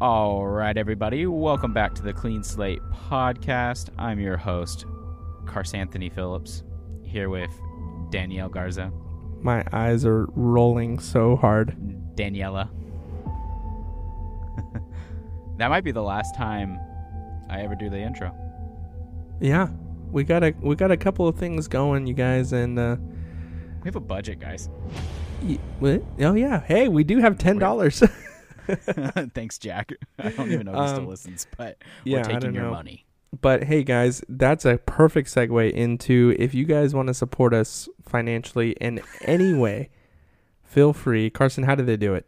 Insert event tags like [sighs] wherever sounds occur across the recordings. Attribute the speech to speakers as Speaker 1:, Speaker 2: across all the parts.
Speaker 1: All right, everybody, welcome back to the Clean Slate podcast. I'm your host, Carsanthony Phillips, here with Danielle Garza,
Speaker 2: My eyes are rolling so hard.
Speaker 1: Daniela. [laughs] that might be the last time I ever do the intro.
Speaker 2: Yeah, we got a we got a couple of things going, you guys, and uh,
Speaker 1: We have a budget, guys. [laughs]
Speaker 2: y- what? oh yeah, hey, we do have ten dollars. [laughs]
Speaker 1: Thanks, Jack. [laughs] I don't even know who still
Speaker 2: Um,
Speaker 1: listens, but
Speaker 2: yeah, I
Speaker 1: we're taking
Speaker 2: don't
Speaker 1: your
Speaker 2: know.
Speaker 1: money.
Speaker 2: but hey, guys, that's a perfect segue into if you guys want to support us financially in any way, feel free. Carson, how do they do it?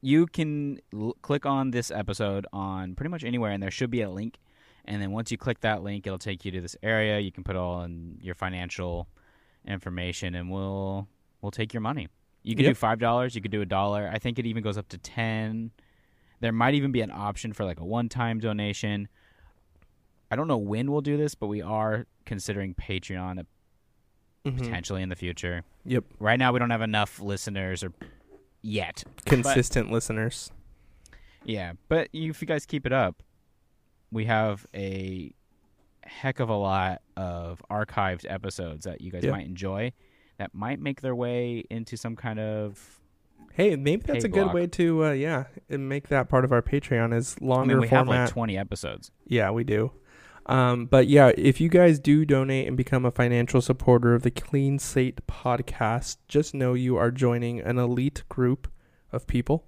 Speaker 1: you can l- click on this episode on pretty much anywhere, and there should be a link. And then once you click that link, it'll take you to this area. You can put all in your financial information, and we'll we'll take your money. You could do
Speaker 2: Yep.
Speaker 1: five dollars. You could do a dollar. I think it even goes up to ten. There might even be an option for like a one-time donation. I don't know when we'll do this, but we are considering Patreon uh,
Speaker 2: Mm-hmm.
Speaker 1: potentially in the future.
Speaker 2: Yep,
Speaker 1: Right now, we don't have enough listeners or yet.
Speaker 2: consistent listeners.
Speaker 1: Yeah, but you- if you guys keep it up, we have a heck of a lot of archived episodes that you guys
Speaker 2: Yeah.
Speaker 1: might enjoy that might make their way into some kind of
Speaker 2: Hey, maybe that's
Speaker 1: Hey,
Speaker 2: a good
Speaker 1: Glock.
Speaker 2: way to uh, yeah and make that part of our Patreon is
Speaker 1: I
Speaker 2: longer
Speaker 1: mean we
Speaker 2: format.
Speaker 1: have like 20 episodes.
Speaker 2: Yeah, we do. Um, but yeah, if you guys do donate and become a financial supporter of the Clean Slate podcast, just know you are joining an elite group of people.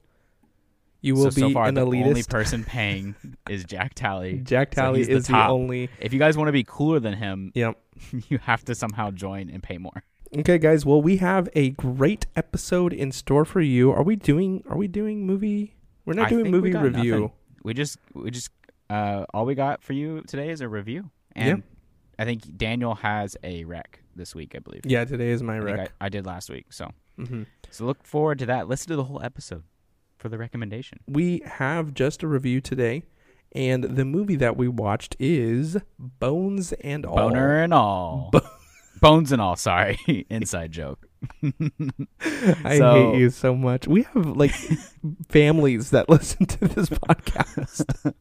Speaker 2: You will
Speaker 1: so, so
Speaker 2: be
Speaker 1: far
Speaker 2: an
Speaker 1: the only
Speaker 2: elitist.
Speaker 1: person
Speaker 2: [laughs]
Speaker 1: paying is Jack Talley.
Speaker 2: Jack
Speaker 1: so
Speaker 2: Talley
Speaker 1: he's the
Speaker 2: is the,
Speaker 1: top.
Speaker 2: only.
Speaker 1: If you guys want to be cooler than him, [laughs]
Speaker 2: Yep.
Speaker 1: you have to somehow join and pay more.
Speaker 2: Okay, guys. Well, we have a great episode in store for you. Are we doing? Are we doing movie? We're not
Speaker 1: I
Speaker 2: doing
Speaker 1: think we
Speaker 2: movie
Speaker 1: got
Speaker 2: review.
Speaker 1: nothing. We just we just uh, all we got for you today is a review. And I think Daniel has a rec this week, I believe.
Speaker 2: Yeah, today is my
Speaker 1: I, think
Speaker 2: rec.
Speaker 1: I, I did last week. So
Speaker 2: hmm
Speaker 1: so look forward to that. Listen to the whole episode for the recommendation.
Speaker 2: we have just a review today, and the movie that we watched is Bones and All.
Speaker 1: Boner and all.
Speaker 2: Bo-
Speaker 1: Bones and all, sorry. [laughs] Inside joke.
Speaker 2: [laughs]
Speaker 1: [laughs]
Speaker 2: I
Speaker 1: So-
Speaker 2: hate you so much. We have like [laughs] families that [laughs] listen to
Speaker 1: [laughs]
Speaker 2: this podcast.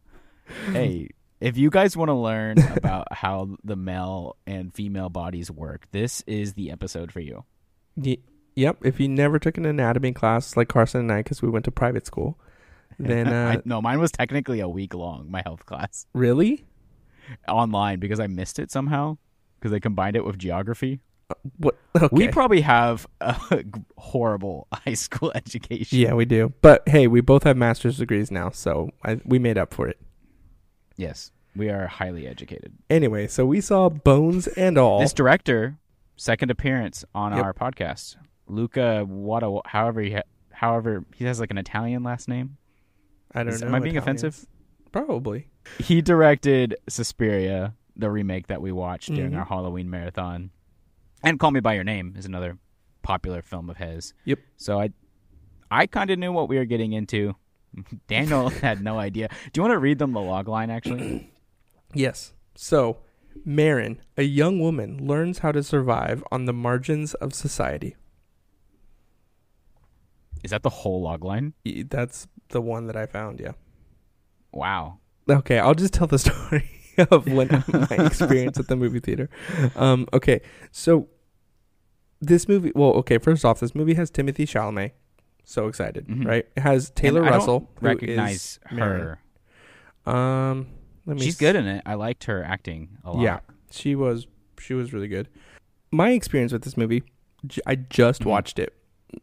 Speaker 1: hey, if you guys want to learn about how the male and female bodies work, this is the episode for you.
Speaker 2: Y- yep. If you never took an anatomy class like Carson and I, because we went to private school, then uh,
Speaker 1: [laughs] I, no, mine was technically a week long, my health class
Speaker 2: really,
Speaker 1: online because I missed it somehow because they combined it with geography.
Speaker 2: Uh, what? [laughs] Okay.
Speaker 1: We probably have a [laughs] horrible high school [laughs] education.
Speaker 2: yeah, we do. But hey, we both have master's degrees now, so I, we made up for it.
Speaker 1: Yes, we are highly educated.
Speaker 2: Anyway, so we saw Bones and All.
Speaker 1: This director, second appearance on
Speaker 2: Yep.
Speaker 1: our podcast, Luca Wada, however he ha- however he has like an Italian last name.
Speaker 2: I don't
Speaker 1: Is-
Speaker 2: know.
Speaker 1: am I being
Speaker 2: Italians.
Speaker 1: offensive?
Speaker 2: Probably.
Speaker 1: He directed Suspiria, the remake that we watched during
Speaker 2: Mhm.
Speaker 1: our Halloween marathon, and Call Me by Your Name is another popular film of his.
Speaker 2: Yep.
Speaker 1: So I, I kind of knew what we were getting into. [laughs]
Speaker 2: [laughs]
Speaker 1: Daniel had no idea. Do you want to read them the log line actually?
Speaker 2: Yes. So, Marin, a young woman, learns how to survive on the margins of society.
Speaker 1: Is that the whole log line?
Speaker 2: E- That's the one that I found, yeah.
Speaker 1: Wow.
Speaker 2: Okay, I'll just tell the [laughs] story of when
Speaker 1: [laughs]
Speaker 2: my experience at the movie theater. Um, okay, so this movie, well, okay, first off, this movie has Timothy Chalamet. So excited,
Speaker 1: Mhm.
Speaker 2: right? It has Taylor
Speaker 1: And I don't
Speaker 2: Russell. who is
Speaker 1: recognize
Speaker 2: Marin.
Speaker 1: her.
Speaker 2: Um, let me
Speaker 1: She's
Speaker 2: see.
Speaker 1: good in it. I liked her acting a lot.
Speaker 2: Yeah, she was she was really good. My experience with this movie, j- I just
Speaker 1: Mhm.
Speaker 2: watched it,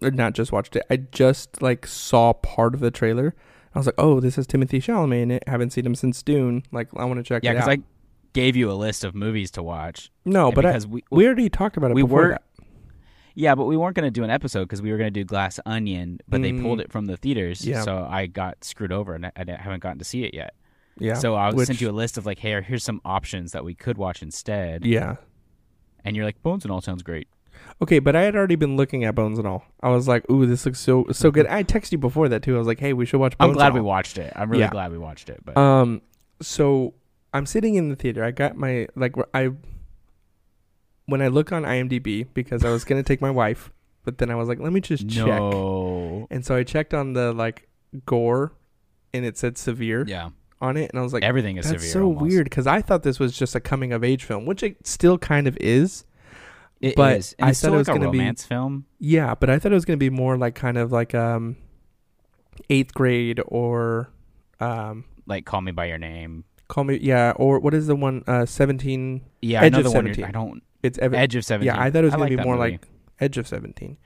Speaker 2: or not just watched it. I just like saw part of the trailer. I was like, oh, this has Timothy Chalamet in it. Haven't seen him since Dune. Like, I want to check
Speaker 1: yeah.
Speaker 2: it out.
Speaker 1: Because I gave you a list of movies to watch.
Speaker 2: no,
Speaker 1: and
Speaker 2: but I,
Speaker 1: because we,
Speaker 2: we already talked about it.
Speaker 1: we
Speaker 2: before
Speaker 1: were-
Speaker 2: that.
Speaker 1: yeah, but we weren't going to do an episode because we were going to do Glass Onion, but they
Speaker 2: Mm.
Speaker 1: pulled it from the theaters.
Speaker 2: Yeah.
Speaker 1: So I got screwed over and I, I haven't gotten to see it yet.
Speaker 2: yeah.
Speaker 1: so I will
Speaker 2: which-
Speaker 1: sent you a list of like, hey, here's some options that we could watch instead.
Speaker 2: yeah.
Speaker 1: And you're like, Bones and All sounds great.
Speaker 2: Okay, but I had already been looking at Bones and all. I was like, ooh, this looks so so good. I texted you before that too. I was like, hey, we should watch. Bones
Speaker 1: I'm glad
Speaker 2: and
Speaker 1: we
Speaker 2: All.
Speaker 1: watched it. I'm really
Speaker 2: Yeah.
Speaker 1: glad we watched it. But
Speaker 2: Um, so I'm sitting in the theater. I got my like wh- I when I look on IMDb because I was gonna take my wife, but then I was like, let me just check.
Speaker 1: no.
Speaker 2: And so I checked on the like gore and it said severe
Speaker 1: Yeah,
Speaker 2: on it and I was like
Speaker 1: everything is
Speaker 2: that's
Speaker 1: severe.
Speaker 2: so
Speaker 1: almost.
Speaker 2: weird because I thought this was just a coming of age film, which it still kind of is.
Speaker 1: It
Speaker 2: but
Speaker 1: is. And
Speaker 2: I
Speaker 1: it's still
Speaker 2: thought it was
Speaker 1: like a
Speaker 2: gonna be-
Speaker 1: romance film.
Speaker 2: Yeah, but I thought it was going to be more like kind of like um eighth grade or um
Speaker 1: Like Call Me by Your Name.
Speaker 2: call me yeah or what is the one uh seventeen?
Speaker 1: Yeah,
Speaker 2: Edge of
Speaker 1: another one. you're-
Speaker 2: 17.
Speaker 1: I don't.
Speaker 2: It's ev-
Speaker 1: Edge of Seventeen.
Speaker 2: yeah. I thought it was
Speaker 1: I
Speaker 2: going
Speaker 1: like
Speaker 2: to be
Speaker 1: that
Speaker 2: more
Speaker 1: movie.
Speaker 2: like Edge of Seventeen,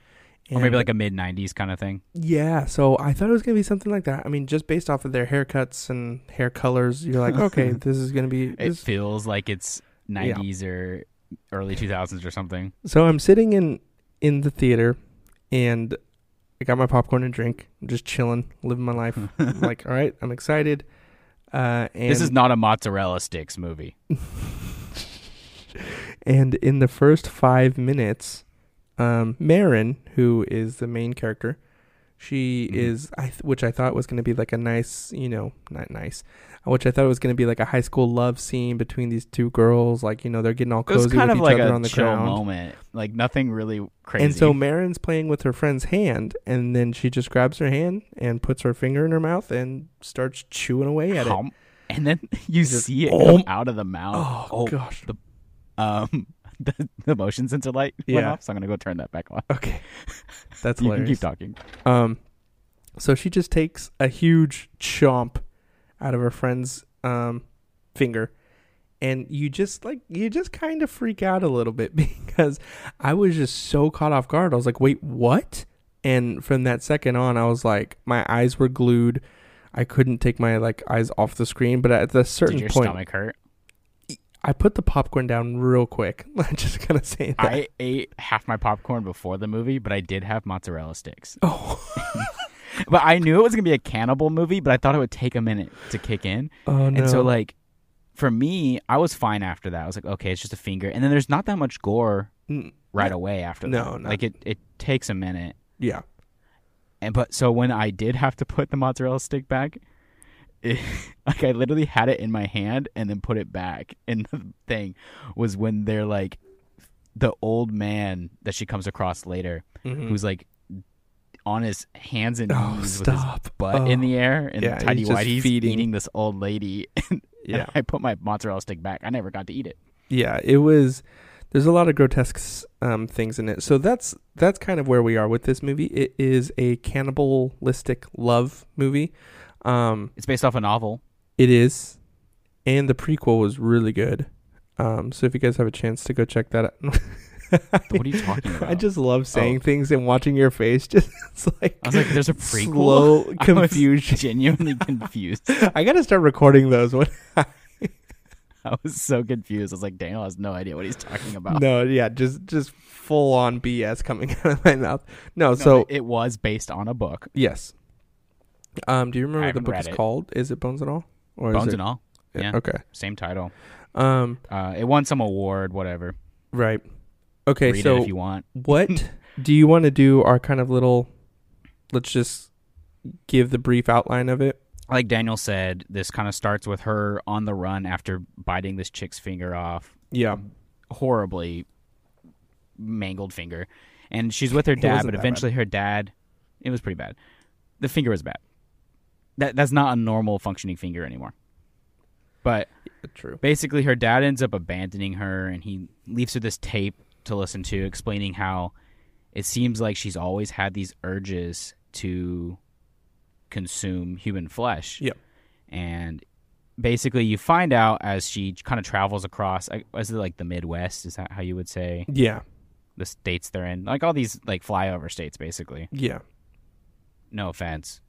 Speaker 1: or maybe
Speaker 2: And-
Speaker 1: like a mid '90s kind of thing.
Speaker 2: Yeah, so I thought it was gonna be something like that. I mean, just based off of their haircuts and hair colors, you're
Speaker 1: [laughs]
Speaker 2: like, okay, this is gonna be.
Speaker 1: It
Speaker 2: This.
Speaker 1: feels like it's '90s or early 2000s or something. [laughs]
Speaker 2: So I'm sitting in in the theater, and I got my popcorn and drink. I'm just chilling, living my life. I'm like, all right, I'm excited. Uh, and
Speaker 1: Hmm. [laughs] this is not a mozzarella sticks movie.
Speaker 2: and in the first five minutes, um, Marin, who is the main character, she
Speaker 1: Mhm.
Speaker 2: is, I th- which I thought was going to be like a nice, you know, not nice, which I thought was going to be like a high school love scene between these two girls. Like, you know, they're getting all
Speaker 1: It was
Speaker 2: cozy
Speaker 1: kind
Speaker 2: with
Speaker 1: of
Speaker 2: each
Speaker 1: like
Speaker 2: other
Speaker 1: a
Speaker 2: on the
Speaker 1: chill
Speaker 2: ground.
Speaker 1: moment. Like nothing really crazy.
Speaker 2: And so Marin's playing with her friend's hand, and then she just grabs her hand and puts her finger in her mouth and starts chewing away at it.
Speaker 1: Hum. and then [laughs] you
Speaker 2: Just,
Speaker 1: see it
Speaker 2: "Oh."
Speaker 1: come out of the mouth.
Speaker 2: Oh, gosh.
Speaker 1: the- um, [laughs] the, the motion sensor light went
Speaker 2: Yeah.
Speaker 1: off, so I'm gonna go turn that back on.
Speaker 2: Okay. That's
Speaker 1: you
Speaker 2: hilarious.
Speaker 1: can keep talking.
Speaker 2: Um, so she just takes a huge chomp out of her friend's um finger, and you just like you just kind of freak out a little bit [laughs] because I was just so caught off guard. I was like, "Wait, what?" And from that second on, I was like, my eyes were glued. I couldn't take my like eyes off the screen. But at a certain
Speaker 1: Did your
Speaker 2: point,
Speaker 1: stomach hurt?
Speaker 2: I put the popcorn down real quick. [laughs] I'm just gonna say that.
Speaker 1: I ate half my popcorn before the movie, but I did have mozzarella sticks.
Speaker 2: oh,
Speaker 1: [laughs] But I knew it was gonna be a cannibal movie, but I thought it would take a minute to kick in.
Speaker 2: oh no!
Speaker 1: And so like for me, I was fine after that. I was like, okay, it's just a finger. And then there's not that much gore
Speaker 2: Mm,
Speaker 1: right away after
Speaker 2: No,
Speaker 1: that.
Speaker 2: no.
Speaker 1: Like it, it takes a minute.
Speaker 2: yeah,
Speaker 1: And but so when I did have to put the mozzarella stick back, [laughs] it, like I literally had it in my hand and then put it back. [laughs] And the thing was when they're like the old man that she comes across later,
Speaker 2: Mhm.
Speaker 1: who's like on his hands and
Speaker 2: Oh,
Speaker 1: knees with
Speaker 2: stop. Oh,
Speaker 1: his butt in the air, and
Speaker 2: Yeah,
Speaker 1: tidy
Speaker 2: he's just
Speaker 1: whitey's
Speaker 2: feeding.
Speaker 1: eating this old lady. [laughs] And,
Speaker 2: yeah.
Speaker 1: I put my mozzarella stick back. I never got to eat it.
Speaker 2: yeah it was there's a lot of grotesque um, things in it so that's that's kind of where we are with this movie it is a cannibalistic love movie um,
Speaker 1: It's based off a novel.
Speaker 2: it is and the prequel was really good um, so if you guys have a chance to go check that out [laughs]
Speaker 1: What are you talking about?
Speaker 2: i just love saying things and watching your face [laughs] just it's like
Speaker 1: I was like, there's a prequel.
Speaker 2: slow
Speaker 1: [laughs] I was
Speaker 2: confusion
Speaker 1: genuinely [laughs] confused.
Speaker 2: I gotta start recording those. What?
Speaker 1: [laughs] I was so confused. I was like, Daniel has no idea what he's talking about.
Speaker 2: No, yeah, just just full on BS coming [laughs] out of my mouth. No,
Speaker 1: No,
Speaker 2: so
Speaker 1: it was based on a book,
Speaker 2: Yes. Um, do you remember
Speaker 1: I
Speaker 2: what the
Speaker 1: haven't
Speaker 2: book
Speaker 1: read
Speaker 2: is
Speaker 1: it.
Speaker 2: called? Is it Bones and All? Or
Speaker 1: Bones
Speaker 2: is it,
Speaker 1: and All, yeah.
Speaker 2: Okay.
Speaker 1: same title.
Speaker 2: Um,
Speaker 1: Uh, it won some award, whatever.
Speaker 2: right. Okay,
Speaker 1: Read it
Speaker 2: so
Speaker 1: if you want. [laughs]
Speaker 2: what do you want to do our kind of little let's just give the brief outline of it?
Speaker 1: Like Daniel said, this kind of starts with her on the run after biting this chick's finger off,
Speaker 2: Yeah.
Speaker 1: horribly mangled finger, and she's with her
Speaker 2: [laughs] It
Speaker 1: dad.
Speaker 2: wasn't
Speaker 1: But
Speaker 2: that bad.
Speaker 1: eventually, her dad, it was pretty bad. The finger was bad. That that's not a normal functioning finger anymore. But
Speaker 2: True.
Speaker 1: basically her dad ends up abandoning her and he leaves her this tape to listen to explaining how it seems like she's always had these urges to consume human flesh
Speaker 2: Yep.
Speaker 1: and basically you find out as she kind of travels across I- is it like the midwest is that how you would say
Speaker 2: Yeah.
Speaker 1: the states they're in like all these like flyover states basically
Speaker 2: Yeah.
Speaker 1: no offense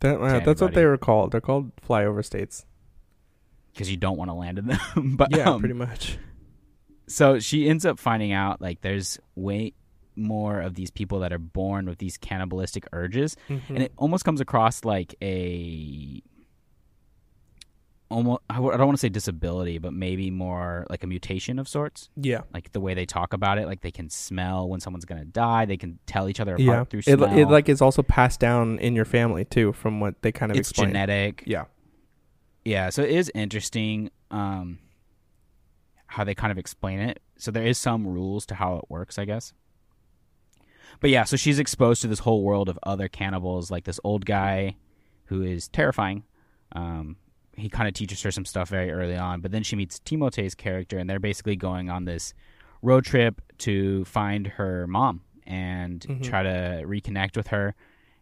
Speaker 2: That, uh,
Speaker 1: To
Speaker 2: that's what
Speaker 1: anybody.
Speaker 2: they were called. They're called flyover states.
Speaker 1: because you don't want to land in them [laughs] but
Speaker 2: Yeah,
Speaker 1: um,
Speaker 2: pretty much.
Speaker 1: so she ends up finding out like there's way more of these people that are born with these cannibalistic urges [laughs]
Speaker 2: Mm-hmm. Hmm.
Speaker 1: and it almost comes across like a almost I w- I don't want to say disability but maybe more like a mutation of sorts
Speaker 2: yeah.
Speaker 1: like the way they talk about it like they can smell when someone's going to die they can tell each other apart
Speaker 2: Yeah.
Speaker 1: through
Speaker 2: It,
Speaker 1: smell
Speaker 2: it like is also passed down in your family too from what they kind of
Speaker 1: it's
Speaker 2: explained.
Speaker 1: genetic
Speaker 2: Yeah.
Speaker 1: Yeah, so it is interesting um, how they kind of explain it. So there is some rules to how it works, I guess. But yeah, so she's exposed to this whole world of other cannibals, like this old guy who is terrifying. Um, he kind of teaches her some stuff very early on, but then she meets Timote's character, and they're basically going on this road trip to find her mom and
Speaker 2: Mhm.
Speaker 1: try to reconnect with her.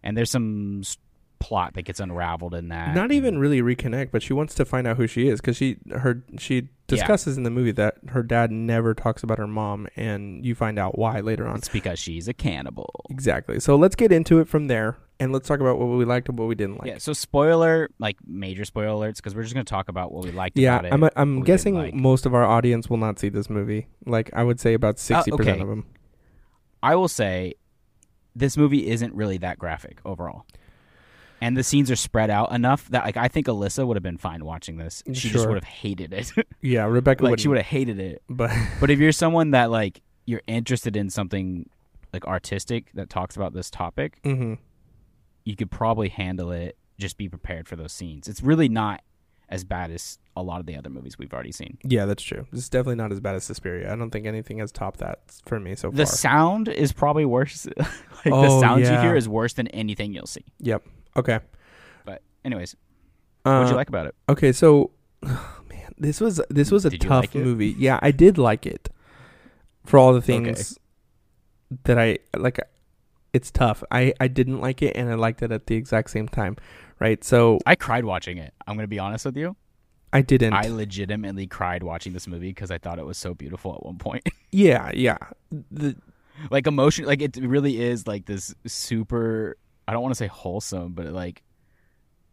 Speaker 1: And there's some s- plot that gets unraveled in that.
Speaker 2: Not even really reconnect, but she wants to find out who she is because she her she discusses in the movie that her dad never talks about her mom, and you find out why later on.
Speaker 1: It's because she's a cannibal.
Speaker 2: Exactly. So let's get into it from there, and let's talk about what we liked and what we didn't like.
Speaker 1: yeah. So spoiler, like major spoiler alerts, because we're just gonna talk about what we liked
Speaker 2: Yeah,
Speaker 1: about it.
Speaker 2: I'm a, I'm
Speaker 1: didn't
Speaker 2: guessing
Speaker 1: like.
Speaker 2: most of our audience will not see this movie. Like I would say about sixty
Speaker 1: Oh, okay.
Speaker 2: percent of them.
Speaker 1: I will say this movie isn't really that graphic overall. And the scenes are spread out enough that like I think Alyssa would have been fine watching this. She just
Speaker 2: Sure.
Speaker 1: would have hated it. [laughs]
Speaker 2: Yeah, Rebecca
Speaker 1: like
Speaker 2: would.
Speaker 1: she would have hated it.
Speaker 2: But [laughs]
Speaker 1: But if you're someone that like you're interested in something like artistic that talks about this topic,
Speaker 2: hmm
Speaker 1: you could probably handle it. Just be prepared for those scenes. It's really not as bad as a lot of the other movies we've already seen.
Speaker 2: yeah, that's true. It's definitely not as bad as Suspiria. I don't think anything has topped that for me so
Speaker 1: The
Speaker 2: far.
Speaker 1: sound is probably worse. [laughs] like the
Speaker 2: Oh,
Speaker 1: sound you
Speaker 2: yeah.
Speaker 1: hear is worse than anything you'll see.
Speaker 2: okay.
Speaker 1: But anyways,
Speaker 2: Uh,
Speaker 1: what'd you like about it?
Speaker 2: Okay, so [sighs] man, this was this was a
Speaker 1: Did you
Speaker 2: tough
Speaker 1: like it?
Speaker 2: movie. Yeah, I did like it for all the things that I like. It's tough. I I didn't like it, and I liked it at the exact same time. Right, so
Speaker 1: I cried watching it. I'm gonna be honest with you.
Speaker 2: I didn't.
Speaker 1: I legitimately cried watching this movie because I thought it was so beautiful at one point. [laughs]
Speaker 2: yeah, yeah. The
Speaker 1: like emotion, like it really is like this super. I don't want to say wholesome, but like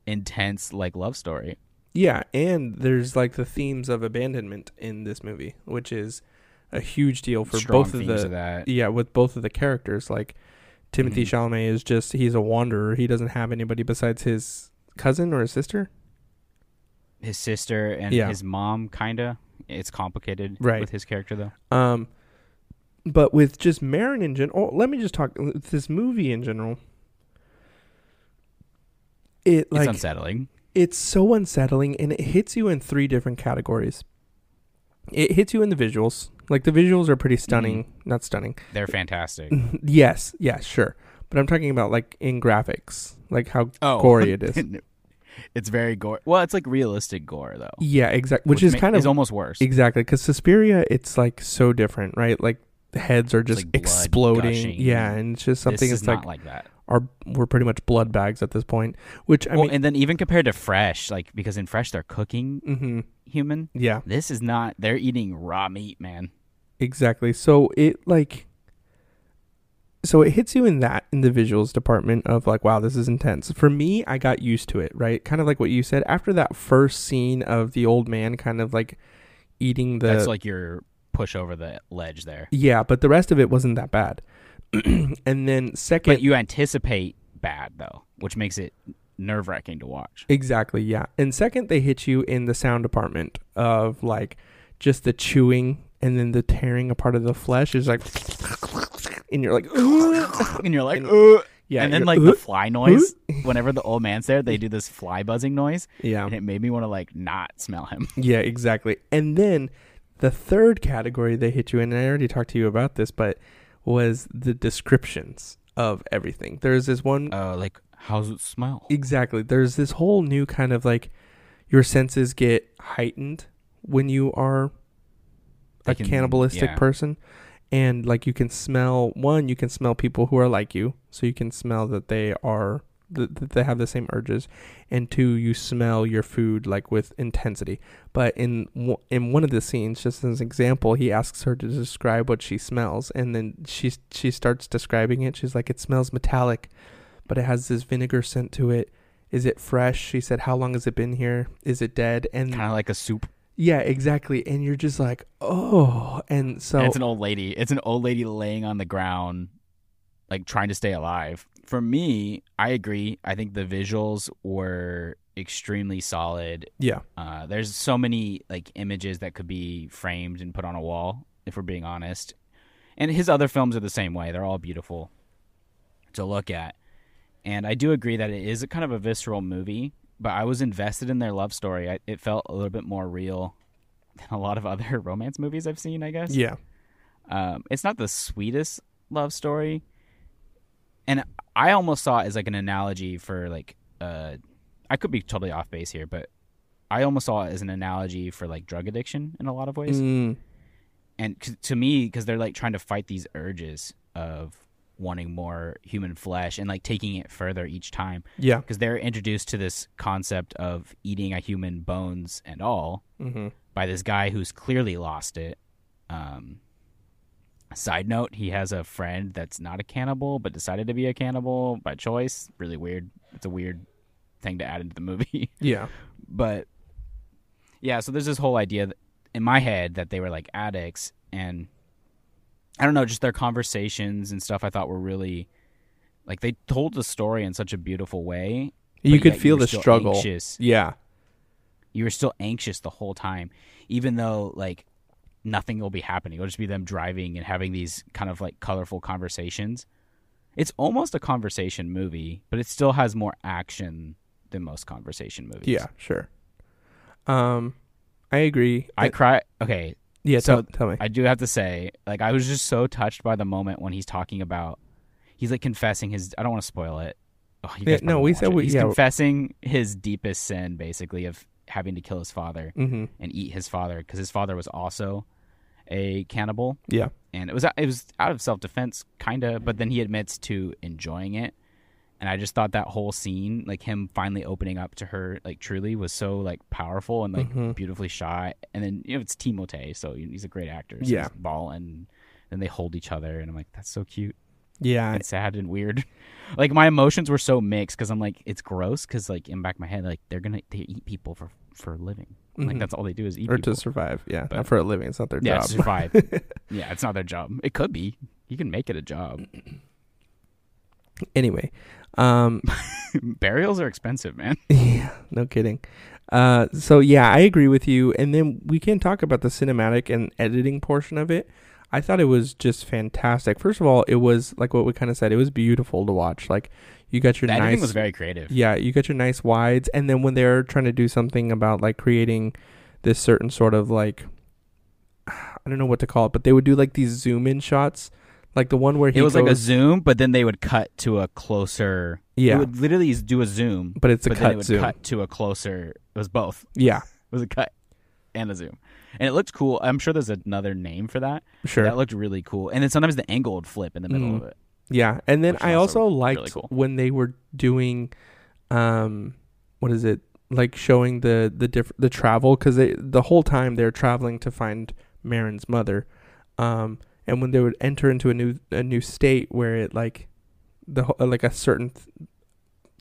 Speaker 1: intense like love story.
Speaker 2: Yeah, and there's like the themes of abandonment in this movie, which is a huge deal for
Speaker 1: Strong
Speaker 2: both of
Speaker 1: themes
Speaker 2: the
Speaker 1: of that.
Speaker 2: yeah with both of the characters. Like Timothy
Speaker 1: Mhm.
Speaker 2: Chalamet is just he's a wanderer. He doesn't have anybody besides his cousin or his sister.
Speaker 1: His sister and
Speaker 2: Yeah.
Speaker 1: his mom, kinda. It's complicated
Speaker 2: Right.
Speaker 1: with his character though.
Speaker 2: Um, but with just Marin in general, oh, let me just talk this movie in general. It like
Speaker 1: it's unsettling.
Speaker 2: it's so unsettling and it hits you in three different categories. It hits you in the visuals. Like the visuals are pretty stunning,
Speaker 1: Mm-hmm.
Speaker 2: not stunning. [laughs]
Speaker 1: They're fantastic.
Speaker 2: yes, yeah, sure. But I'm talking about like in graphics, like how
Speaker 1: Oh, [laughs]
Speaker 2: gory it is.
Speaker 1: it's very gore. Well, it's like realistic gore though,
Speaker 2: yeah, exactly. Which, is
Speaker 1: ma-
Speaker 2: kind of
Speaker 1: almost worse.
Speaker 2: exactly because Suspiria, it's like so different, right? Like the heads are just
Speaker 1: like blood
Speaker 2: exploding.
Speaker 1: gushing.
Speaker 2: Yeah, and it's just something.
Speaker 1: this is
Speaker 2: it's
Speaker 1: not like
Speaker 2: like,
Speaker 1: that.
Speaker 2: are we're pretty much blood bags at this point. Which I
Speaker 1: well,
Speaker 2: mean,
Speaker 1: and then even compared to fresh, like because in fresh they're cooking
Speaker 2: hmm
Speaker 1: human.
Speaker 2: yeah.
Speaker 1: This is not. They're eating raw meat, man.
Speaker 2: Exactly. So it like so it hits you in that in the visuals department of like wow this is intense. For me, I got used to it, right? Kind of like what you said after that first scene of the old man kind of like eating the
Speaker 1: That's like your push over the ledge there.
Speaker 2: Yeah, but the rest of it wasn't that bad. [clears throat] and then second
Speaker 1: But you anticipate bad though, which makes it nerve wracking to
Speaker 2: [laughs]
Speaker 1: watch.
Speaker 2: Exactly, yeah. And second, they hit you in the sound department of like just the chewing and then the tearing apart of the flesh is like, [laughs] and you're like, [gasps]
Speaker 1: and you're like,
Speaker 2: And-
Speaker 1: "Ugh."
Speaker 2: yeah,
Speaker 1: and then
Speaker 2: you're- [laughs]
Speaker 1: like the fly noise. Whenever the old man's there, they do this fly buzzing noise,
Speaker 2: yeah,
Speaker 1: and it made me want to like not smell him.
Speaker 2: yeah, exactly. And then the third category they hit you in, and I already talked to you about this, but was the descriptions of everything. There's this one
Speaker 1: Uh, like how's it smell?
Speaker 2: Exactly. There's this whole new kind of like your senses get heightened when you are
Speaker 1: They
Speaker 2: a
Speaker 1: can-
Speaker 2: cannibalistic
Speaker 1: yeah.
Speaker 2: person. And like you can smell one, you can smell people who are like you, so you can smell that they are that that they have the same urges, and two, you smell your food like with intensity. But in wo- in one of the scenes, just as an example, he asks her to describe what she smells, and then she she starts describing it. She's like, "It smells metallic, but it has this vinegar scent to it. Is it fresh?" She said, "How long has it been here? Is it dead?" And
Speaker 1: Kind of like a soup.
Speaker 2: yeah, exactly. And you're just like, "Oh," and so
Speaker 1: And it's an old lady. It's an old lady laying on the ground, like trying to stay alive. For me, I agree. I think the visuals were extremely solid.
Speaker 2: yeah,
Speaker 1: Uh, there's so many like images that could be framed and put on a wall, if we're being honest. And his other films are the same way. They're all beautiful to look at. And I do agree that it is a kind of a visceral movie, but I was invested in their love story. I, it felt a little bit more real than a lot of other [laughs] romance movies I've seen, I guess.
Speaker 2: yeah,
Speaker 1: Um, it's not the sweetest love story, and I almost saw it as like an analogy for like uh, I could be totally off base here, but I almost saw it as an analogy for like drug addiction in a lot of ways.
Speaker 2: Mm,
Speaker 1: and c- to me because they're like trying to fight these urges of wanting more human flesh and like taking it further each time
Speaker 2: yeah.
Speaker 1: because they're introduced to this concept of eating a human bones and all
Speaker 2: Mm-hmm.
Speaker 1: by this guy who's clearly lost it um side note he has a friend that's not a cannibal but decided to be a cannibal by choice really weird it's a weird thing to add into the movie [laughs]
Speaker 2: Yeah.
Speaker 1: but yeah so there's this whole idea that, in my head that they were like addicts and i don't know just their conversations and stuff i thought were really like they told the story in such a beautiful way
Speaker 2: You
Speaker 1: but
Speaker 2: could
Speaker 1: yet
Speaker 2: feel
Speaker 1: were
Speaker 2: the
Speaker 1: still
Speaker 2: struggle.
Speaker 1: anxious.
Speaker 2: Yeah.
Speaker 1: you were still anxious the whole time even though like nothing will be happening it'll just be them driving and having these kind of like colorful conversations it's almost a conversation movie but it still has more action than most conversation movies
Speaker 2: Yeah. Sure. Um, I agree.
Speaker 1: i
Speaker 2: Uh,
Speaker 1: cry okay
Speaker 2: yeah.
Speaker 1: so
Speaker 2: tell, tell me.
Speaker 1: I do have to say, like, I was just so touched by the moment when he's talking about, he's like confessing his. I don't want to spoil it. Oh, you
Speaker 2: Yeah,
Speaker 1: guys
Speaker 2: no,
Speaker 1: probably
Speaker 2: we
Speaker 1: watch
Speaker 2: said
Speaker 1: it.
Speaker 2: we-
Speaker 1: he's
Speaker 2: yeah.
Speaker 1: confessing his deepest sin, basically, of having to kill his father
Speaker 2: mm-hmm.
Speaker 1: and eat his father because his father was also a cannibal,
Speaker 2: Yeah.
Speaker 1: and it was it was out of self defense, kinda. But then he admits to enjoying it, and I just thought that whole scene, like him finally opening up to her, like truly, was so like powerful and like
Speaker 2: Mhm.
Speaker 1: beautifully shot. And then you know it's Timote, so he's a great actor. So
Speaker 2: Yeah.
Speaker 1: he's ball and then they hold each other, and I'm like, that's so cute
Speaker 2: Yeah.
Speaker 1: and sad and weird. [laughs] like my emotions were so mixed because I'm like, it's gross because like in back of my head, like they're gonna they eat people for for a living. Like
Speaker 2: Mhm.
Speaker 1: that's all they do is eat
Speaker 2: or
Speaker 1: people.
Speaker 2: to survive. Yeah.
Speaker 1: But-
Speaker 2: not for a living. It's not their
Speaker 1: yeah,
Speaker 2: job.
Speaker 1: to
Speaker 2: [laughs]
Speaker 1: survive. yeah, it's not their job. It could be. You can make it a job. [laughs]
Speaker 2: anyway. Um,
Speaker 1: Burials are expensive, man.
Speaker 2: [laughs] Yeah, no kidding. Uh, so yeah, I agree with you. And then we can talk about the cinematic and editing portion of it. I thought it was just fantastic. First of all, it was like what we kind of said. It was beautiful to watch. Like you got your
Speaker 1: The
Speaker 2: nice,
Speaker 1: editing was very creative.
Speaker 2: yeah, you got your nice wides. And then when they're trying to do something about like creating this certain sort of like, [sighs] I don't know what to call it, but they would do like these zoom in shots, like the one where he
Speaker 1: it was like a
Speaker 2: goes-
Speaker 1: zoom, but then they would cut to a closer.
Speaker 2: yeah,
Speaker 1: It would literally do a zoom,
Speaker 2: but it's a
Speaker 1: but then it
Speaker 2: cut
Speaker 1: would
Speaker 2: zoom.
Speaker 1: cut to a closer. It was both.
Speaker 2: Yeah,
Speaker 1: It was a cut and a zoom, and it looked cool. I'm sure there's another name for that.
Speaker 2: sure.
Speaker 1: That looked really cool, and then sometimes the angle would flip in the middle
Speaker 2: Mm.
Speaker 1: of it.
Speaker 2: Yeah, and then
Speaker 1: Which is
Speaker 2: I also,
Speaker 1: also
Speaker 2: liked
Speaker 1: really cool.
Speaker 2: when they were doing, um, what is it like showing the the diff- the travel because they the whole time they're traveling to find Marin's mother, um, and when they would enter into a new a new state where it like the wh- like a certain th-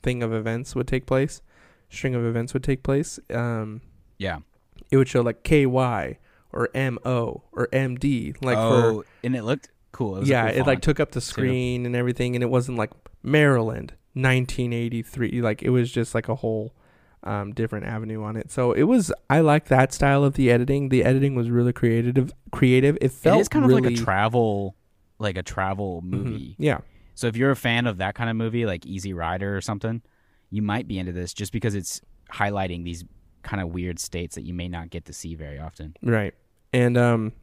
Speaker 2: thing of events would take place, string of events would take place, um,
Speaker 1: Yeah,
Speaker 2: it would show like KY or MO or MD like for
Speaker 1: oh, and it looked cool. It was a
Speaker 2: yeah,
Speaker 1: cool
Speaker 2: it like
Speaker 1: font.
Speaker 2: took up the screen and everything, and it wasn't like Maryland, 1983. Like it was just like a whole um, different avenue on it. So it was. I like that style of the editing. The editing was really creative. Creative. It felt
Speaker 1: it is kind of
Speaker 2: really,
Speaker 1: like a travel, like a travel
Speaker 2: Mhm.
Speaker 1: movie.
Speaker 2: Yeah,
Speaker 1: So if you're a fan of that kind of movie, like Easy Rider or something, you might be into this just because it's highlighting these kind of weird states that you may not get to see very often.
Speaker 2: right. And um,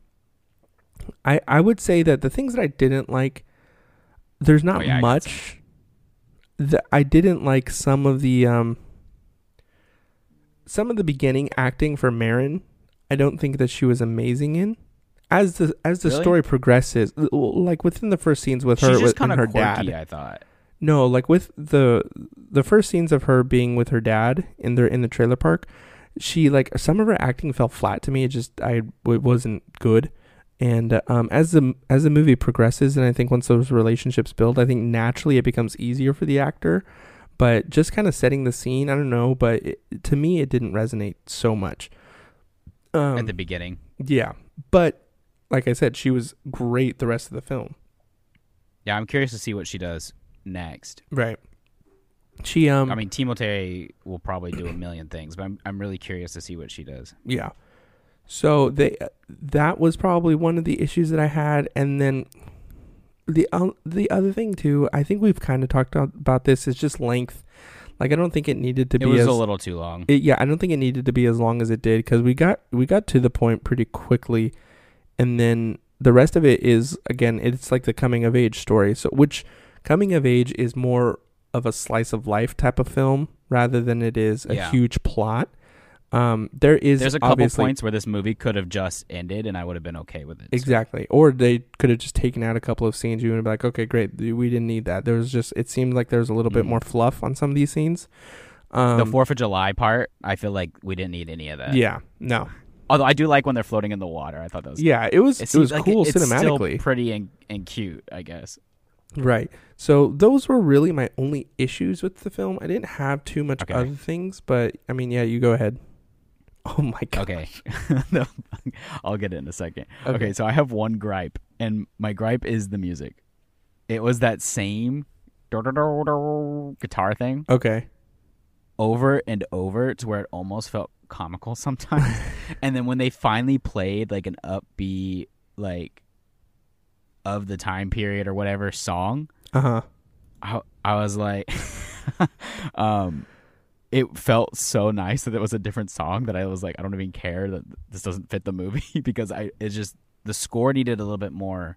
Speaker 2: I I would say that the things that I didn't like, there's not
Speaker 1: Oh, yeah, I got
Speaker 2: much. The, I didn't like some of the um, some of the beginning acting for Marin, I don't think that she was amazing in. As the as the
Speaker 1: Really?
Speaker 2: story progresses, l- l- like within the first scenes with her
Speaker 1: She's just
Speaker 2: with,
Speaker 1: kind
Speaker 2: and
Speaker 1: of
Speaker 2: her
Speaker 1: quirky,
Speaker 2: dad.
Speaker 1: I thought.
Speaker 2: No, like with the the first scenes of her being with her dad in their in the trailer park, she like some of her acting fell flat to me. It just I it wasn't good. And uh, um, as the as the movie progresses, and I think once those relationships build, I think naturally it becomes easier for the actor. But just kind of setting the scene, I don't know. But it, to me, it didn't resonate so much. Um,
Speaker 1: at the beginning.
Speaker 2: yeah, but like I said, she was great the rest of the film.
Speaker 1: Yeah, I'm curious to see what she does next.
Speaker 2: Right. She um.
Speaker 1: I mean, Timote will probably
Speaker 2: [clears throat]
Speaker 1: do a million things, but I'm I'm really curious to see what she does.
Speaker 2: Yeah. So they uh, that was probably one of the issues that I had, and then the o- the other thing too. I think we've kind of talked a- about this is just length. Like I don't think it needed to
Speaker 1: It
Speaker 2: be
Speaker 1: was
Speaker 2: as
Speaker 1: a little too long.
Speaker 2: it, yeah. I don't think it needed to be as long as it did because we got we got to the point pretty quickly, and then the rest of it is again it's like the coming of age story. So which coming of age is more of a slice of life type of film rather than it is a
Speaker 1: Yeah.
Speaker 2: huge plot. Um, there is
Speaker 1: There's a couple
Speaker 2: obviously
Speaker 1: points where this movie could have just ended, and I would have been okay with it.
Speaker 2: Exactly. Or they could have just taken out a couple of scenes. You would be like, okay, great. th- We didn't need that. There was just, it seemed like there was a little bit
Speaker 1: Mhm.
Speaker 2: more fluff on some of these scenes. Um,
Speaker 1: the Fourth of July part, I feel like we didn't need any of that.
Speaker 2: Yeah. No.
Speaker 1: Although I do like when they're floating in the water. I thought that was
Speaker 2: Yeah. It was,
Speaker 1: It
Speaker 2: it,
Speaker 1: seems
Speaker 2: was
Speaker 1: like
Speaker 2: cool
Speaker 1: it- it's still
Speaker 2: cinematically.
Speaker 1: pretty and, and cute, I guess.
Speaker 2: right. So those were really my only issues with the film. I didn't have too much
Speaker 1: Okay.
Speaker 2: other things, but I mean, yeah, you
Speaker 1: [laughs]
Speaker 2: go ahead. Oh my God.
Speaker 1: Okay, [laughs] No, I'll get it in a second.
Speaker 2: Okay.
Speaker 1: Okay. so I have one gripe, and my gripe is the music. It was that same guitar thing
Speaker 2: Okay.
Speaker 1: over and over to where it almost felt comical [laughs] sometimes.
Speaker 2: [laughs]
Speaker 1: and then when they finally played like an upbeat, like of the time period or whatever song,
Speaker 2: Uh huh.
Speaker 1: I, I was like, [laughs] um, it felt so nice that it was a different song that I was like, I don't even care that this doesn't fit the movie [laughs] because I it's just the score needed a little bit more.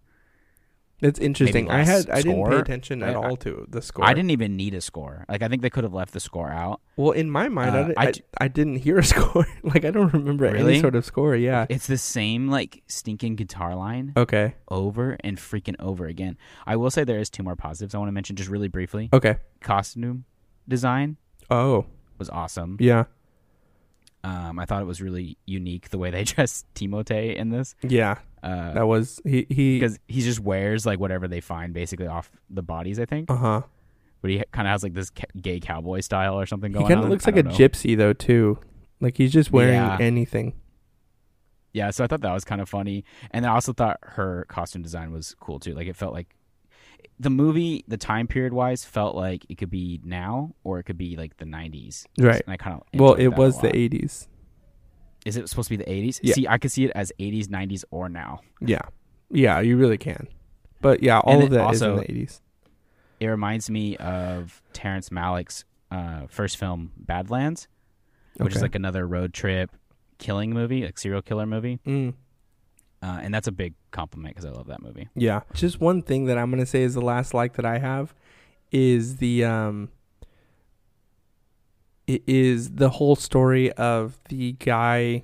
Speaker 2: That's interesting. I
Speaker 1: less
Speaker 2: had I didn't pay
Speaker 1: score.
Speaker 2: attention at
Speaker 1: I- I-
Speaker 2: all to the score.
Speaker 1: I didn't even need a score. Like I think they could have left the score out.
Speaker 2: Well, in my mind,
Speaker 1: Uh,
Speaker 2: I, di-
Speaker 1: I
Speaker 2: I,
Speaker 1: j-
Speaker 2: I didn't hear a [laughs] score. like I don't remember
Speaker 1: Really?
Speaker 2: any sort of score. Yeah.
Speaker 1: It's the same like stinking guitar line
Speaker 2: Okay.
Speaker 1: over and freaking over again. I will say there is two more positives I want to mention just really briefly.
Speaker 2: Okay.
Speaker 1: Costume design
Speaker 2: Oh,
Speaker 1: was awesome.
Speaker 2: yeah.
Speaker 1: Um, I thought it was really unique the way they [laughs] dressed Timote in this.
Speaker 2: Yeah.
Speaker 1: Uh,
Speaker 2: That was he he
Speaker 1: because he just wears like whatever they find basically off the bodies i think
Speaker 2: uh-huh.
Speaker 1: but he kind of has like this ca- gay cowboy style or something
Speaker 2: He
Speaker 1: going
Speaker 2: kind
Speaker 1: on
Speaker 2: of looks
Speaker 1: I
Speaker 2: like a
Speaker 1: don't know.
Speaker 2: gypsy though too. Like he's just wearing
Speaker 1: Yeah.
Speaker 2: anything.
Speaker 1: yeah so i thought that was kind of funny and i also thought her costume design was cool too like it felt like the movie the time period wise felt like it could be now or it could be like the 90s
Speaker 2: Right.
Speaker 1: and i kind of
Speaker 2: Well, it was the 80s.
Speaker 1: is it supposed to be the 80s
Speaker 2: Yeah.
Speaker 1: see i could see it as 80s 90s or now
Speaker 2: Yeah. Yeah, you really can. But yeah, all
Speaker 1: And
Speaker 2: of
Speaker 1: it
Speaker 2: that
Speaker 1: also-
Speaker 2: is in the 80s.
Speaker 1: it reminds me of terrence malick's uh, first film badlands which is
Speaker 2: Okay.
Speaker 1: like another road trip killing movie, like serial killer movie.
Speaker 2: Mm.
Speaker 1: Uh, and that's a big compliment because I love that movie.
Speaker 2: Yeah. Just one thing that I'm going to say is the last like that I have is the um it is the whole story of the guy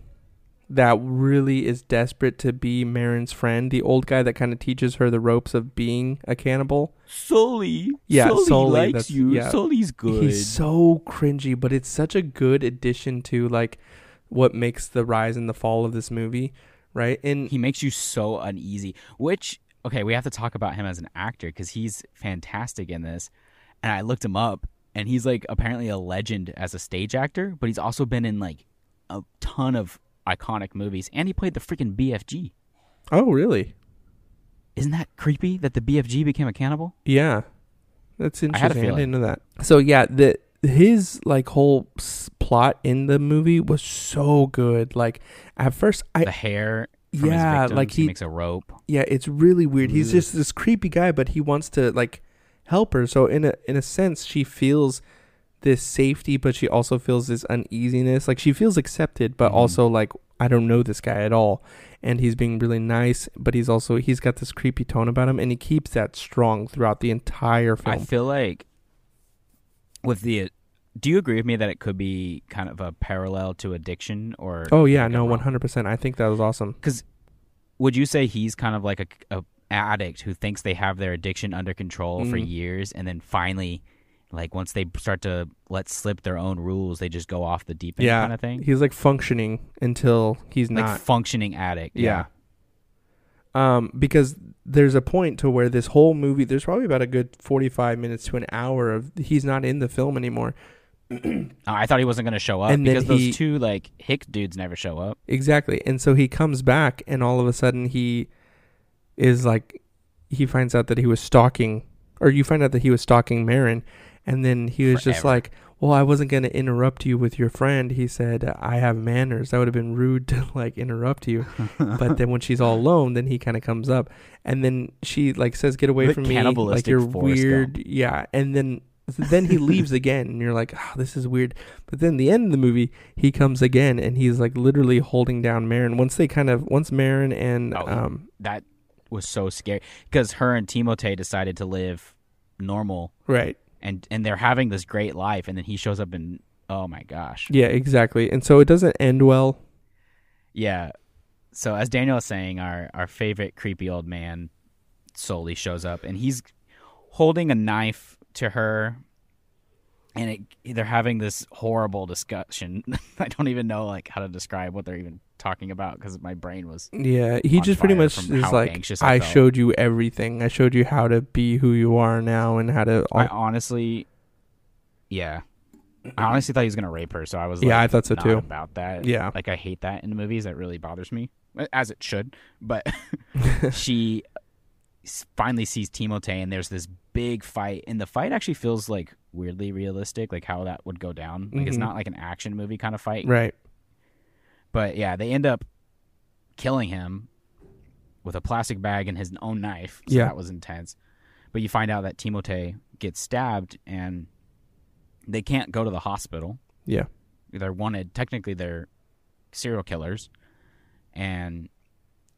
Speaker 2: that really is desperate to be Marin's friend, the old guy that kind of teaches her the ropes of being a cannibal.
Speaker 1: Sully.
Speaker 2: Yeah, Sully Sully, likes that's- you. yeah.
Speaker 1: Sully's
Speaker 2: He's so cringy, but it's such a good addition to like what makes the rise and the fall of this movie, right? And
Speaker 1: he makes you so uneasy, which, okay, we have to talk about him as an actor because he's fantastic in this. And I looked him up and he's like apparently a legend as a stage actor, but he's also been in like a ton of iconic movies and he played the freaking BFG.
Speaker 2: oh, really?
Speaker 1: Isn't that creepy that the BFG became a cannibal?
Speaker 2: Yeah, that's interesting. I,
Speaker 1: had a feeling.
Speaker 2: didn't know that. So yeah, the his like whole s- plot in the movie was so good. Like at first, I
Speaker 1: the hair from his
Speaker 2: yeah,
Speaker 1: victims,
Speaker 2: like
Speaker 1: he
Speaker 2: he
Speaker 1: makes a rope.
Speaker 2: yeah, it's really weird. He's
Speaker 1: Ugh.
Speaker 2: just this creepy guy, but he wants to like help her. So in a in a sense, she feels this safety, but she also feels this uneasiness. Like she feels accepted, but
Speaker 1: Mhm.
Speaker 2: also like I don't know this guy at all, and he's being really nice, but he's also he's got this creepy tone about him, and he keeps that strong throughout the entire film.
Speaker 1: I feel like with the do you agree with me that it could be kind of a parallel to addiction or
Speaker 2: Oh yeah, no,
Speaker 1: wrong.
Speaker 2: one hundred percent. I think that was awesome.
Speaker 1: would you say he's kind of like a, a addict who thinks they have their addiction under control for
Speaker 2: Mm.
Speaker 1: years and then finally like once they start to let slip their own rules they just go off the deep end
Speaker 2: Yeah,
Speaker 1: kind of thing
Speaker 2: He's like functioning until he's
Speaker 1: like
Speaker 2: not.
Speaker 1: functioning addict yeah,
Speaker 2: Um, because there's a point to where this whole movie, there's probably about a good forty-five minutes to an hour of he's not in the film anymore.
Speaker 1: Uh, i thought he wasn't going to show up
Speaker 2: And then
Speaker 1: because
Speaker 2: he-
Speaker 1: those two like hick dudes never show up
Speaker 2: Exactly, and so he comes back, and all of a sudden he is like, he finds out that he was stalking, or you find out that he was stalking Marin, and then he was just
Speaker 1: Forever.
Speaker 2: like. Well, I wasn't going to interrupt you with your friend. He said, I have manners. That would have been rude to [laughs] like interrupt you. but then
Speaker 1: [laughs]
Speaker 2: when she's all alone, then he kind of comes up, and then she like says, "Get away
Speaker 1: The
Speaker 2: from me!" Like
Speaker 1: cannibalistic
Speaker 2: you're
Speaker 1: Forrest
Speaker 2: weird, yeah. And then then he leaves again, and you're like, "Ah, this is weird." But then the end of the movie, he comes again, and he's like literally holding down Marin. Once they kind of once Marin and
Speaker 1: Oh,
Speaker 2: um
Speaker 1: that was so scary because her and Timote decided to live normal
Speaker 2: right
Speaker 1: and and they're having this great life, and then he shows up and oh my gosh,
Speaker 2: Yeah, exactly. And so it doesn't end well.
Speaker 1: yeah. So as Daniel is saying, our our favorite creepy old man solely shows up, and he's holding a knife to her, and it, they're having this horrible discussion. [laughs] I don't even know like how to describe what they're even talking about because my brain was
Speaker 2: Yeah, he
Speaker 1: On
Speaker 2: just pretty
Speaker 1: fire
Speaker 2: much
Speaker 1: from
Speaker 2: is
Speaker 1: how
Speaker 2: like,
Speaker 1: anxious I
Speaker 2: I
Speaker 1: felt."
Speaker 2: showed you everything. I showed you how to be who you are now and how to.
Speaker 1: I honestly, yeah, I honestly thought he was gonna rape her, so I was like,
Speaker 2: Yeah, I thought so
Speaker 1: not
Speaker 2: too.
Speaker 1: About that,
Speaker 2: Yeah.
Speaker 1: like I hate that in movies. That really bothers me, as it should. But
Speaker 2: [laughs]
Speaker 1: [laughs] she s- finally sees Timote, and there's this big fight, and the fight actually feels like weirdly realistic, like how that would go down. Like it's
Speaker 2: Mhm.
Speaker 1: not like an action movie kind of fight,
Speaker 2: right.
Speaker 1: but yeah, they end up killing him with a plastic bag and his own knife. So
Speaker 2: Yeah.
Speaker 1: that was intense. But you find out that Timote gets stabbed and they can't go to the hospital.
Speaker 2: Yeah.
Speaker 1: They're wanted. Technically, they're serial killers. And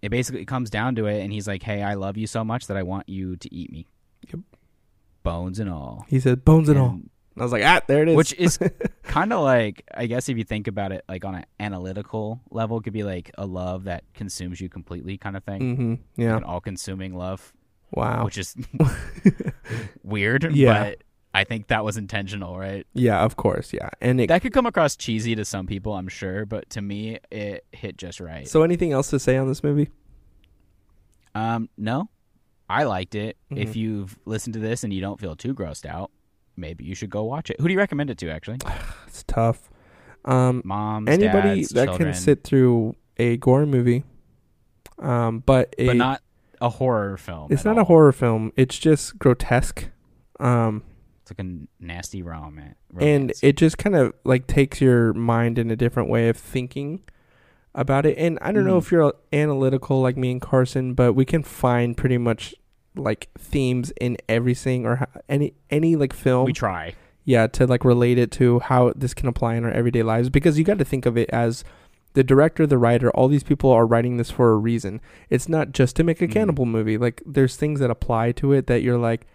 Speaker 1: it basically comes down to it. And he's like, hey, I love you so much that I want you to eat me.
Speaker 2: Yep.
Speaker 1: Bones and all.
Speaker 2: He said, bones and all.
Speaker 1: And-
Speaker 2: I was like, ah, there it is.
Speaker 1: which
Speaker 2: [laughs]
Speaker 1: is kind of like i guess if you think about it like on an analytical level it could be like a love that consumes you completely kind of thing
Speaker 2: hmm Yeah.
Speaker 1: an all-consuming love
Speaker 2: Wow.
Speaker 1: which
Speaker 2: [laughs]
Speaker 1: is weird
Speaker 2: Oh. Yeah.
Speaker 1: but i think that was intentional right
Speaker 2: yeah, of course. Yeah. And it.
Speaker 1: that could come across cheesy to some people i'm sure but to me it hit just right
Speaker 2: so, anything else to say on this movie?
Speaker 1: um no i liked it
Speaker 2: Mhm.
Speaker 1: if you've listened to this and you don't feel too grossed out maybe you should go watch it who do you recommend it to actually
Speaker 2: It's tough. Um,
Speaker 1: moms
Speaker 2: anybody
Speaker 1: dads,
Speaker 2: that
Speaker 1: children,
Speaker 2: can sit through a gore movie, um, but a
Speaker 1: but not a horror film
Speaker 2: it's
Speaker 1: at
Speaker 2: not a
Speaker 1: all.
Speaker 2: horror film. It's just grotesque, um,
Speaker 1: It's like a n- nasty romance.
Speaker 2: and it just kind of like takes your mind in a different way of thinking about it. And I don't know
Speaker 1: Mhm.
Speaker 2: if you're analytical like me and Carson, but we can find pretty much like themes in everything or ho- any any like film
Speaker 1: we try.
Speaker 2: yeah to like relate it to how this can apply in our everyday lives because you got to think of it as the director the writer all these people are writing this for a reason it's not just to make a
Speaker 1: Mhm.
Speaker 2: cannibal movie like there's things that apply to it that you're like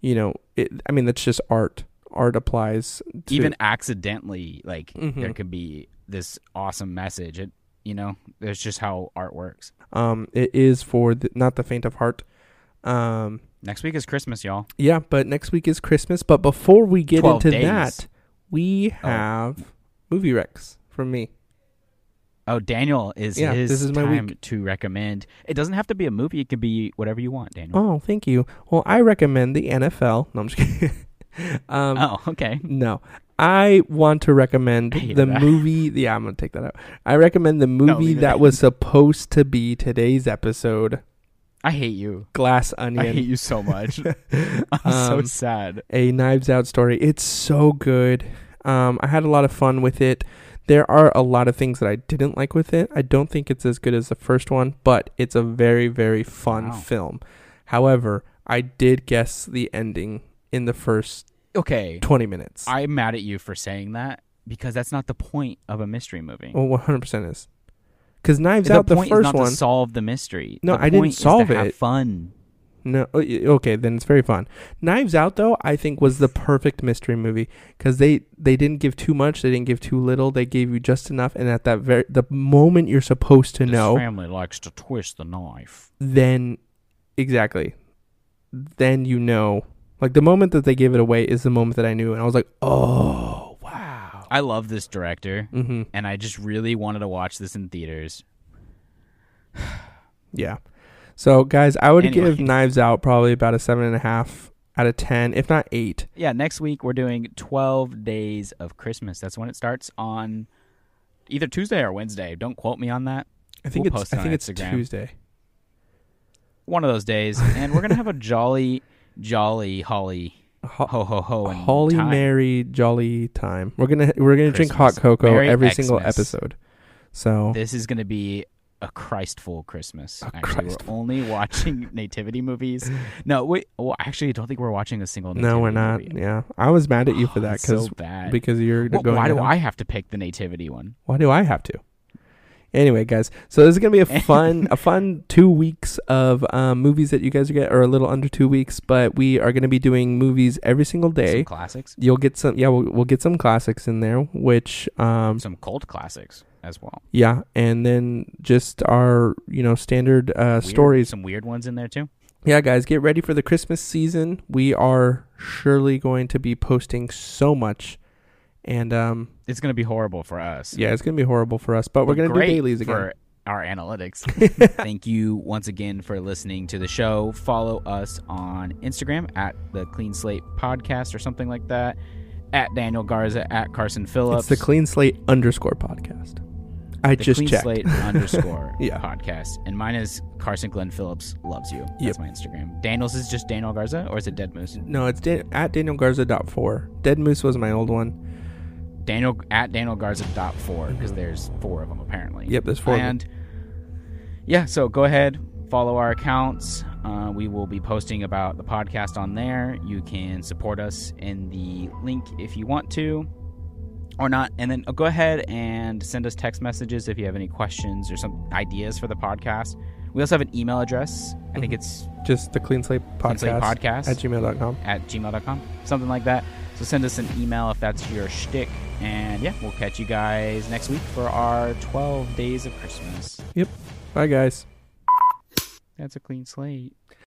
Speaker 2: you know it, i mean that's just art art applies to
Speaker 1: Even accidentally, like there
Speaker 2: Mhm.
Speaker 1: could be this awesome message. It, you know, that's just how art works.
Speaker 2: um it is for the, not the faint of heart um
Speaker 1: Next week is Christmas, y'all.
Speaker 2: yeah but next week is christmas but before we get
Speaker 1: 12
Speaker 2: into
Speaker 1: days.
Speaker 2: that we have movie recs from me
Speaker 1: Oh, Daniel is
Speaker 2: Yeah,
Speaker 1: his
Speaker 2: this is my
Speaker 1: time to recommend. It doesn't have to be a movie. It could be whatever you want, Daniel.
Speaker 2: Oh, thank you. Well, I recommend the NFL. No, I'm just kidding. [laughs] um,
Speaker 1: oh okay.
Speaker 2: No, I want to recommend
Speaker 1: I hate
Speaker 2: the
Speaker 1: that.
Speaker 2: movie. Yeah, I'm gonna take that out. I recommend the movie
Speaker 1: leave it
Speaker 2: that
Speaker 1: in.
Speaker 2: was supposed to be today's episode,
Speaker 1: I hate you.
Speaker 2: Glass
Speaker 1: I hate
Speaker 2: [laughs]
Speaker 1: [laughs]
Speaker 2: Onion,
Speaker 1: you so much. I'm so
Speaker 2: Um,
Speaker 1: sad.
Speaker 2: a Knives Out story. It's so good. Um, I had a lot of fun with it. There are a lot of things that I didn't like with it. I don't think it's as good as the first one, but it's a very, very fun
Speaker 1: Wow.
Speaker 2: film. However, I did guess the ending in the first
Speaker 1: Okay,
Speaker 2: 20 minutes.
Speaker 1: I'm mad at you for saying that because that's not the point of a mystery movie.
Speaker 2: well, 100% is. Because Knives
Speaker 1: the
Speaker 2: Out, the
Speaker 1: point is
Speaker 2: first
Speaker 1: not
Speaker 2: one.
Speaker 1: to solve the mystery.
Speaker 2: No,
Speaker 1: The
Speaker 2: I didn't
Speaker 1: point is to
Speaker 2: solve
Speaker 1: have
Speaker 2: it.
Speaker 1: Fun.
Speaker 2: no, o- y- okay, then it's very fun. Knives Out, though, I think was the perfect mystery movie because they, they didn't give too much, they didn't give too little, they gave you just enough. And at that very the moment you're supposed to know,
Speaker 1: family likes to twist the knife.
Speaker 2: then exactly, then you know. Like the moment that they gave it away is the moment that I knew, and I was like, oh wow.
Speaker 1: I love this director,
Speaker 2: Mm-hmm.
Speaker 1: and I just really wanted to watch this in theaters.
Speaker 2: Yeah. So guys, I would
Speaker 1: Anyway.
Speaker 2: give Knives Out probably about a seven and a half out of ten, if not eight.
Speaker 1: Yeah, next week we're doing 12 days of Christmas. That's when it starts on either Tuesday or Wednesday. Don't quote me on that.
Speaker 2: I think
Speaker 1: We'll
Speaker 2: it's
Speaker 1: post it
Speaker 2: I
Speaker 1: on
Speaker 2: think it's
Speaker 1: Instagram.
Speaker 2: Tuesday.
Speaker 1: One of those
Speaker 2: [laughs]
Speaker 1: days, and we're gonna have a jolly, jolly holly
Speaker 2: Ho-
Speaker 1: ho ho ho and
Speaker 2: Holly
Speaker 1: time.
Speaker 2: Mary Jolly time. We're gonna we're gonna drink hot
Speaker 1: Christmas.
Speaker 2: cocoa
Speaker 1: Merry
Speaker 2: every single
Speaker 1: Xmas.
Speaker 2: episode. So
Speaker 1: This is gonna be a Christful Christmas.
Speaker 2: A
Speaker 1: actually,
Speaker 2: Christful-
Speaker 1: we're only watching
Speaker 2: [laughs]
Speaker 1: nativity movies. No, wait. Well, actually, I don't think we're watching a single. Nativity
Speaker 2: no, we're not.
Speaker 1: movie.
Speaker 2: Yeah, I was mad at you for that
Speaker 1: It's so
Speaker 2: because
Speaker 1: bad.
Speaker 2: because you're
Speaker 1: Wh-
Speaker 2: going.
Speaker 1: why do
Speaker 2: down.
Speaker 1: I have to pick the nativity one?
Speaker 2: Why do I have to? Anyway, guys, so this is gonna be a
Speaker 1: [laughs]
Speaker 2: fun, a fun two weeks of um, movies that you guys are get, or a little under two weeks, but we are gonna be doing movies every single day.
Speaker 1: Some classics,
Speaker 2: You'll get some, yeah, we'll, we'll get some classics in there, which, um,
Speaker 1: some cult classics as well.
Speaker 2: yeah, and then just our, you know, standard uh,
Speaker 1: Weird-
Speaker 2: stories.
Speaker 1: some weird ones in there too.
Speaker 2: Yeah, guys, get ready for the Christmas season. We are surely going to be posting so much, and um,
Speaker 1: It's gonna be horrible for us.
Speaker 2: yeah, it's gonna be horrible for us, but we're
Speaker 1: But
Speaker 2: gonna do
Speaker 1: great
Speaker 2: dailies again.
Speaker 1: for our analytics.
Speaker 2: [laughs]
Speaker 1: Thank you once again for listening to the show. Follow us on Instagram at the Clean Slate Podcast or something like that. At Daniel Garza, at Carson Phillips,
Speaker 2: It's the clean slate underscore podcast. I
Speaker 1: The
Speaker 2: just
Speaker 1: Clean
Speaker 2: checked. [laughs]
Speaker 1: Slate underscore
Speaker 2: Yeah.
Speaker 1: podcast, and mine is Carson Glenn Phillips loves you.
Speaker 2: Yep.
Speaker 1: That's my Instagram. Daniel's is just Daniel Garza, or is it Dead Moose?
Speaker 2: No, it's da- at Daniel Garza dot four. Dead Moose was my old one.
Speaker 1: Daniel at Daniel Garza dot four because there's four of them apparently.
Speaker 2: Mm-hmm. Yep, there's four of 'em.
Speaker 1: And yeah, so go ahead, follow our accounts. Uh, we will be posting about the podcast on there. You can support us in the link if you want to, or not. And then oh, go ahead and send us text messages if you have any questions or some ideas for the podcast. We also have an email address. I
Speaker 2: Mm-hmm.
Speaker 1: think it's
Speaker 2: Just the clean slate podcast,
Speaker 1: Clean Slate Podcast.
Speaker 2: at gmail.com.
Speaker 1: at gmail.com, something like that. So send us an email if that's your shtick. And yeah, we'll catch you guys next week for our 12 days of Christmas.
Speaker 2: Bye, guys.
Speaker 1: That's a clean slate.